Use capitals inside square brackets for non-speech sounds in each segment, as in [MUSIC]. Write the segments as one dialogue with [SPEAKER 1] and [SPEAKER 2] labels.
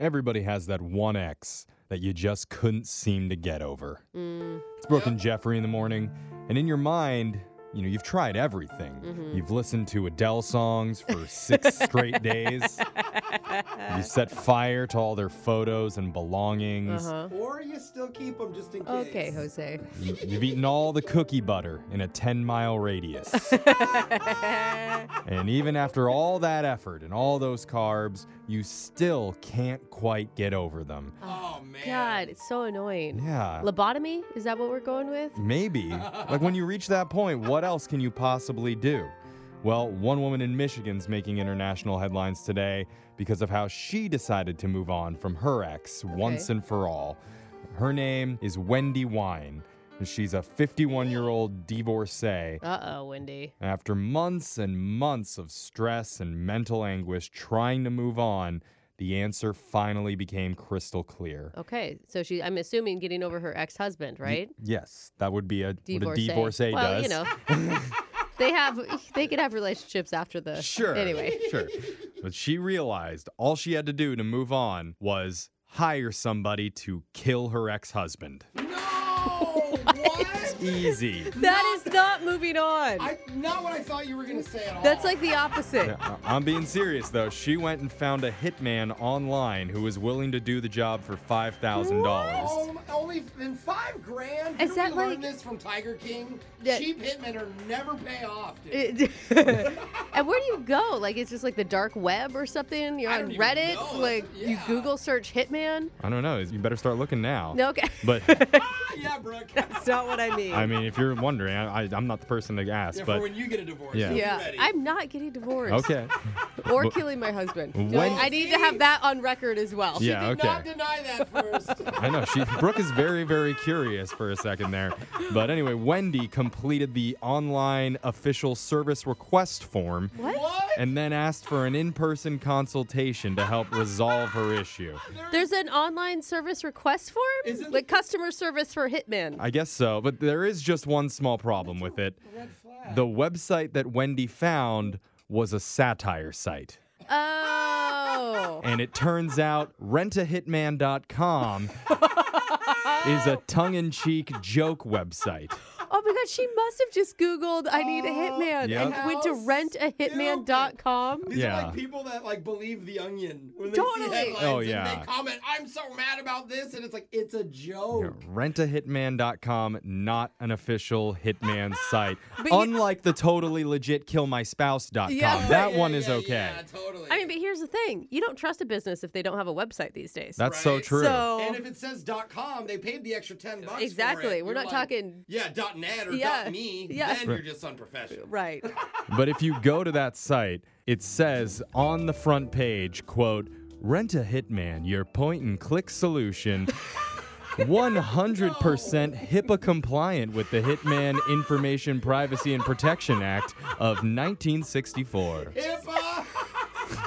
[SPEAKER 1] Everybody has that one ex that you just couldn't seem to get over. It's Brooke and Jeffrey in the morning. And in your mind, you know, you've tried everything. You've listened to Adele songs for six straight days. You set fire to all their photos and belongings.
[SPEAKER 2] Uh-huh.
[SPEAKER 3] Or you still keep them just in case.
[SPEAKER 2] Okay, Jose.
[SPEAKER 1] You- You've eaten all the cookie butter in a 10 mile radius. and even after all that effort and all those carbs, you still can't quite get over them.
[SPEAKER 3] Oh man.
[SPEAKER 2] God, it's so annoying.
[SPEAKER 1] Yeah.
[SPEAKER 2] Lobotomy? Is that what we're going with?
[SPEAKER 1] Maybe. Like when you reach that point, what else can you possibly do? Well, one woman in Michigan's making international headlines today because of how she decided to move on from her ex once and for all. Her name is Wendy Wine. and She's a 51 year old divorcee.
[SPEAKER 2] Uh oh, Wendy.
[SPEAKER 1] After months and months of stress and mental anguish trying to move on, the answer finally became crystal clear.
[SPEAKER 2] Okay, so she, I'm assuming getting over her ex husband, right?
[SPEAKER 1] Yes, that would be a, what a divorcee
[SPEAKER 2] well,
[SPEAKER 1] does.
[SPEAKER 2] you know, they have, they could have relationships after the.
[SPEAKER 1] Sure.
[SPEAKER 2] [LAUGHS] Anyway.
[SPEAKER 1] Sure. But she realized all she had to do to move on was hire somebody to kill her ex husband.
[SPEAKER 3] No. what? [LAUGHS]
[SPEAKER 1] Easy.
[SPEAKER 2] That is not moving on.
[SPEAKER 3] I, not what I thought you were gonna say at all.
[SPEAKER 2] That's like the opposite.
[SPEAKER 1] Yeah, I- I'm being serious though. She went and found a hitman online who was willing to do the job for $5,000.
[SPEAKER 3] Oh, only f- in five grand.
[SPEAKER 2] Is
[SPEAKER 3] Didn't
[SPEAKER 2] that
[SPEAKER 3] we learn
[SPEAKER 2] like-
[SPEAKER 3] this from Tiger King?
[SPEAKER 2] Yeah.
[SPEAKER 3] Cheap hitmen are never pay off, dude.
[SPEAKER 2] It- [LAUGHS] and where do you go? Like it's just like the dark web or something. You're
[SPEAKER 3] I
[SPEAKER 2] on
[SPEAKER 3] don't even
[SPEAKER 2] Reddit.
[SPEAKER 3] know.
[SPEAKER 2] Like you
[SPEAKER 3] Yeah.
[SPEAKER 2] Google search hitman.
[SPEAKER 1] I don't know. You better start looking now.
[SPEAKER 2] No, okay. [LAUGHS]
[SPEAKER 1] But
[SPEAKER 3] ah, yeah, Brooke.
[SPEAKER 2] That's not what I mean.
[SPEAKER 1] I mean, if you're wondering, I, I, I'm not the person to ask.
[SPEAKER 3] yeah, for
[SPEAKER 1] but
[SPEAKER 3] when you get a divorce.
[SPEAKER 1] Yeah.
[SPEAKER 3] you'll be
[SPEAKER 2] yeah,
[SPEAKER 3] ready.
[SPEAKER 2] I'm not getting divorced
[SPEAKER 3] [LAUGHS]
[SPEAKER 1] okay.
[SPEAKER 2] or
[SPEAKER 1] But-
[SPEAKER 2] killing my husband.
[SPEAKER 1] When-
[SPEAKER 2] I need to have that on record as well.
[SPEAKER 1] Yeah.
[SPEAKER 3] Did
[SPEAKER 1] Ah, okay.
[SPEAKER 3] not deny that first.
[SPEAKER 1] I know she Brooke is very very curious for a second there. But anyway, Wendy completed the online official service request form
[SPEAKER 2] [LAUGHS] What?
[SPEAKER 3] what?
[SPEAKER 1] and then asked for an in-person consultation to help resolve her issue.
[SPEAKER 2] There's an online service request form,
[SPEAKER 3] Isn't-
[SPEAKER 2] like customer service for hitman.
[SPEAKER 1] I guess so, but there is just one small problem with it.
[SPEAKER 3] Red flag.
[SPEAKER 1] The website that Wendy found was a satire site.
[SPEAKER 2] oh,
[SPEAKER 1] And it turns out rentahitman.com is a tongue-in-cheek joke website.
[SPEAKER 2] [LAUGHS] oh my God! She must have just Googled "I need a hitman"
[SPEAKER 1] Yep.
[SPEAKER 2] and went to
[SPEAKER 3] How
[SPEAKER 2] rentahitman.com.
[SPEAKER 3] These are
[SPEAKER 1] Yeah.
[SPEAKER 3] like people that like believe the onion when they
[SPEAKER 2] Totally.
[SPEAKER 3] see headlines
[SPEAKER 1] Oh,
[SPEAKER 3] and
[SPEAKER 1] yeah.
[SPEAKER 3] they comment, "I'm so mad about this," and it's like it's a
[SPEAKER 1] Yeah,
[SPEAKER 3] joke.
[SPEAKER 1] rentahitman.com, not an official
[SPEAKER 3] [LAUGHS]
[SPEAKER 1] hitman site.
[SPEAKER 2] But you-
[SPEAKER 1] Unlike the totally legit killmyspouse.com.
[SPEAKER 2] Yeah.
[SPEAKER 1] that
[SPEAKER 3] Yeah,
[SPEAKER 1] one
[SPEAKER 3] yeah,
[SPEAKER 1] is
[SPEAKER 3] yeah,
[SPEAKER 1] okay.
[SPEAKER 3] Yeah, totally.
[SPEAKER 2] I mean, but here's the thing: you don't trust a business if they don't have a website these days.
[SPEAKER 1] That's so
[SPEAKER 3] Right.
[SPEAKER 1] true.
[SPEAKER 2] So
[SPEAKER 3] and if it says dot .com, they paid the extra ten bucks. for it.
[SPEAKER 2] Exactly. We're
[SPEAKER 3] You're
[SPEAKER 2] not
[SPEAKER 3] like,
[SPEAKER 2] talking-
[SPEAKER 3] Yeah, dot .net or
[SPEAKER 2] Yeah.
[SPEAKER 3] dot .me.
[SPEAKER 2] Yeah.
[SPEAKER 3] Then you're just unprofessional.
[SPEAKER 2] right.
[SPEAKER 1] but if you go to that site, it says on the front page, quote, Rent a Hitman, your point and click
[SPEAKER 3] [LAUGHS]
[SPEAKER 1] solution. 100% HIPAA compliant with the Hitman Information Privacy and Protection Act of 1964.
[SPEAKER 3] [LAUGHS] HIPAA.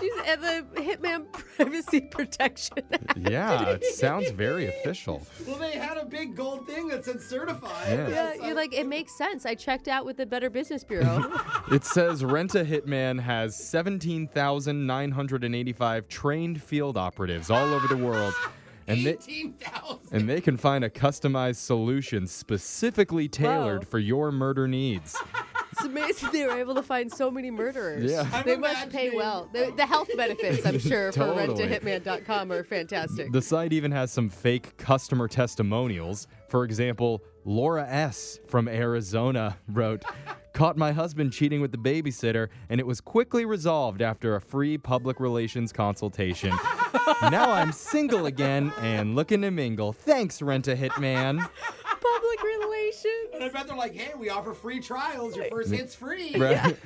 [SPEAKER 2] She's at the Hitman Privacy [LAUGHS] Protection. Act.
[SPEAKER 1] Yeah, it sounds very official.
[SPEAKER 3] well, they had a big gold thing that said certified.
[SPEAKER 1] Yeah.
[SPEAKER 2] Yeah,
[SPEAKER 3] so-
[SPEAKER 2] you're like, it makes sense. I checked out with the Better Business Bureau.
[SPEAKER 1] It says Rent a Hitman has 17,985 trained field operatives all over the world. And they,
[SPEAKER 3] eighteen thousand.
[SPEAKER 1] and they can find a customized solution specifically tailored
[SPEAKER 2] Wow.
[SPEAKER 1] for your murder needs.
[SPEAKER 2] [LAUGHS] it's amazing they were able to find so many murderers.
[SPEAKER 1] Yeah.
[SPEAKER 3] I'm
[SPEAKER 2] They must pay
[SPEAKER 3] imagining-
[SPEAKER 2] well. The, the health benefits, I'm sure,
[SPEAKER 1] Totally.
[SPEAKER 2] for rentahitman.com are fantastic.
[SPEAKER 1] The site even has some fake customer testimonials. For example, Laura S. from Arizona wrote, Caught my husband cheating with the babysitter, and it was quickly resolved after a free public relations consultation. now I'm single again and looking to mingle. Thanks, Rent a Hitman.
[SPEAKER 2] Public relations.
[SPEAKER 3] And I bet they're like, hey, we offer free trials. Your first hit's free.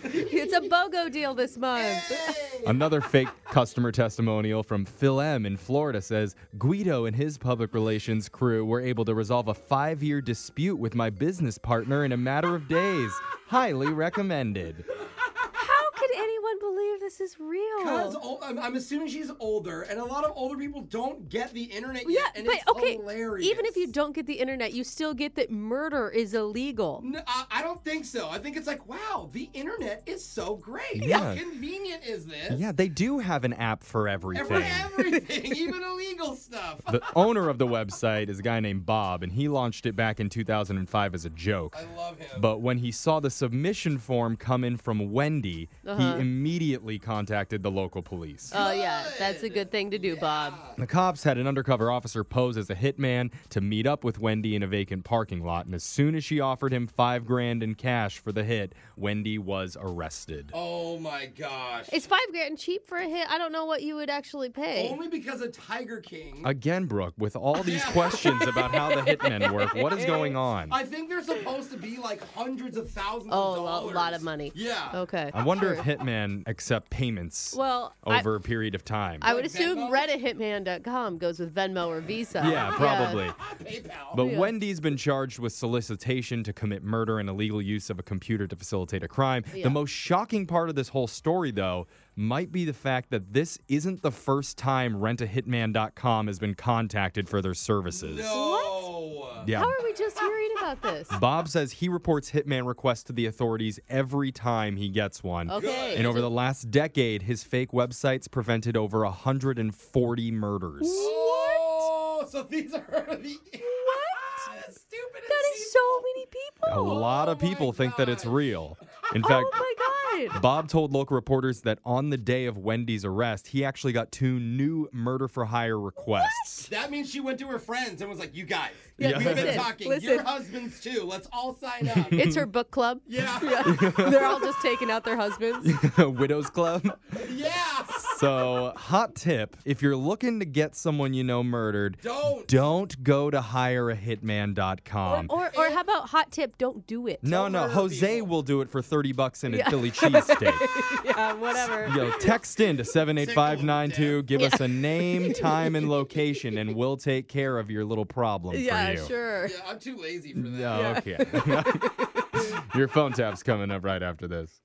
[SPEAKER 2] It's a BOGO deal this month.
[SPEAKER 3] Hey.
[SPEAKER 1] Another fake customer testimonial from Phil M. in Florida says Guido and his public relations crew were able to resolve a five year dispute with my business partner in a matter of days. Highly recommended.
[SPEAKER 2] How could anyone believe this is real?
[SPEAKER 3] Laura's old. I'm, I'm assuming she's older, and a lot of older people don't get the internet
[SPEAKER 2] Yeah,
[SPEAKER 3] yet. and
[SPEAKER 2] but
[SPEAKER 3] it's
[SPEAKER 2] okay.
[SPEAKER 3] hilarious.
[SPEAKER 2] Even if you don't get the internet, you still get that murder is illegal.
[SPEAKER 3] No, I, I don't think so. I think it's like, wow, the internet is so great.
[SPEAKER 1] Yeah.
[SPEAKER 3] How convenient is this?
[SPEAKER 1] Yeah, they do have an app for everything.
[SPEAKER 3] And for
[SPEAKER 1] [LAUGHS]
[SPEAKER 3] everything, even illegal stuff.
[SPEAKER 1] the owner of the website is a guy named Bob, and he launched it back in 2005 as a joke.
[SPEAKER 3] I love him.
[SPEAKER 1] But when he saw the submission form come in from Wendy,
[SPEAKER 2] Uh-huh.
[SPEAKER 1] he immediately contacted the local police.
[SPEAKER 2] Oh yeah, that's a
[SPEAKER 3] Good.
[SPEAKER 2] good thing to do, Bob.
[SPEAKER 1] the cops had an undercover officer pose as a hitman to meet up with Wendy in a vacant parking lot, and as soon as she offered him five grand in cash for the hit, Wendy was arrested.
[SPEAKER 3] oh my gosh.
[SPEAKER 2] It's five grand cheap for a hit. I don't know what you would actually pay.
[SPEAKER 3] Only because of Tiger King.
[SPEAKER 1] Again, Brooke, with all
[SPEAKER 2] [LAUGHS]
[SPEAKER 1] these
[SPEAKER 3] Yeah.
[SPEAKER 1] questions about how the hitmen work, what is going on?
[SPEAKER 3] I think they're supposed to be like hundreds of thousands
[SPEAKER 2] oh,
[SPEAKER 3] of
[SPEAKER 2] a lo-
[SPEAKER 3] dollars.
[SPEAKER 2] lot of money.
[SPEAKER 3] Yeah.
[SPEAKER 2] Okay.
[SPEAKER 1] I wonder if hitmen accept payments
[SPEAKER 2] Well, I-
[SPEAKER 1] over a period of time.
[SPEAKER 2] I would
[SPEAKER 3] Like
[SPEAKER 2] assume
[SPEAKER 3] Venmo?
[SPEAKER 2] reddithitman.com goes with Venmo or Visa.
[SPEAKER 1] yeah, probably.
[SPEAKER 3] PayPal.
[SPEAKER 1] But
[SPEAKER 2] Oh, Yeah.
[SPEAKER 1] Wendy's been charged with solicitation to commit murder and illegal use of a computer to facilitate a crime.
[SPEAKER 2] Yeah.
[SPEAKER 1] The most shocking part of this whole story, though, might be the fact that this isn't the first time rentahitman.com has been contacted for their services.
[SPEAKER 3] no.
[SPEAKER 1] Yeah.
[SPEAKER 2] How are we just hearing about this?
[SPEAKER 1] Bob says he reports hitman requests to the authorities every time he gets one.
[SPEAKER 2] Okay.
[SPEAKER 1] And over the last decade, his fake websites prevented over 140 murders.
[SPEAKER 3] Oh, so these are the what? [LAUGHS] Stupid.
[SPEAKER 2] that is so many people.
[SPEAKER 1] A lot of
[SPEAKER 3] my
[SPEAKER 1] people think that it's
[SPEAKER 3] gosh.
[SPEAKER 1] real. In fact,
[SPEAKER 2] Oh my god.
[SPEAKER 1] Bob told local reporters that on the day of Wendy's arrest, he actually got two new murder for hire requests. [LAUGHS]
[SPEAKER 3] That means she went to her friends and was like, "You guys,
[SPEAKER 1] Yeah,
[SPEAKER 3] we've
[SPEAKER 1] listen,
[SPEAKER 3] been talking. Your
[SPEAKER 2] listen.
[SPEAKER 3] husbands too. Let's all sign up."
[SPEAKER 2] It's her
[SPEAKER 1] [LAUGHS]
[SPEAKER 2] book club.
[SPEAKER 3] yeah.
[SPEAKER 2] [LAUGHS] They're all just taking out their husbands.
[SPEAKER 1] Widows Club.
[SPEAKER 3] [LAUGHS] Yeah.
[SPEAKER 1] So, hot tip if you're looking to get someone you know murdered,
[SPEAKER 3] Don't.
[SPEAKER 1] don't go to hireahitman.com.
[SPEAKER 2] Or, or how about hot tip? Don't do it.
[SPEAKER 1] Um, No,
[SPEAKER 3] don't
[SPEAKER 1] no,
[SPEAKER 3] murder
[SPEAKER 1] Jose
[SPEAKER 3] people.
[SPEAKER 1] will do it for 30 bucks and a Philly cheesesteak.
[SPEAKER 2] [LAUGHS] [LAUGHS] yeah, whatever.
[SPEAKER 1] Yo, text in to 78592. Give us a name, time, and location, and we'll take care of your little problem
[SPEAKER 2] yeah,
[SPEAKER 1] for you.
[SPEAKER 2] sure.
[SPEAKER 3] Yeah,
[SPEAKER 1] Mm.
[SPEAKER 3] I'm too lazy for that.
[SPEAKER 1] [LAUGHS] No, okay. your phone tap's coming up right after this.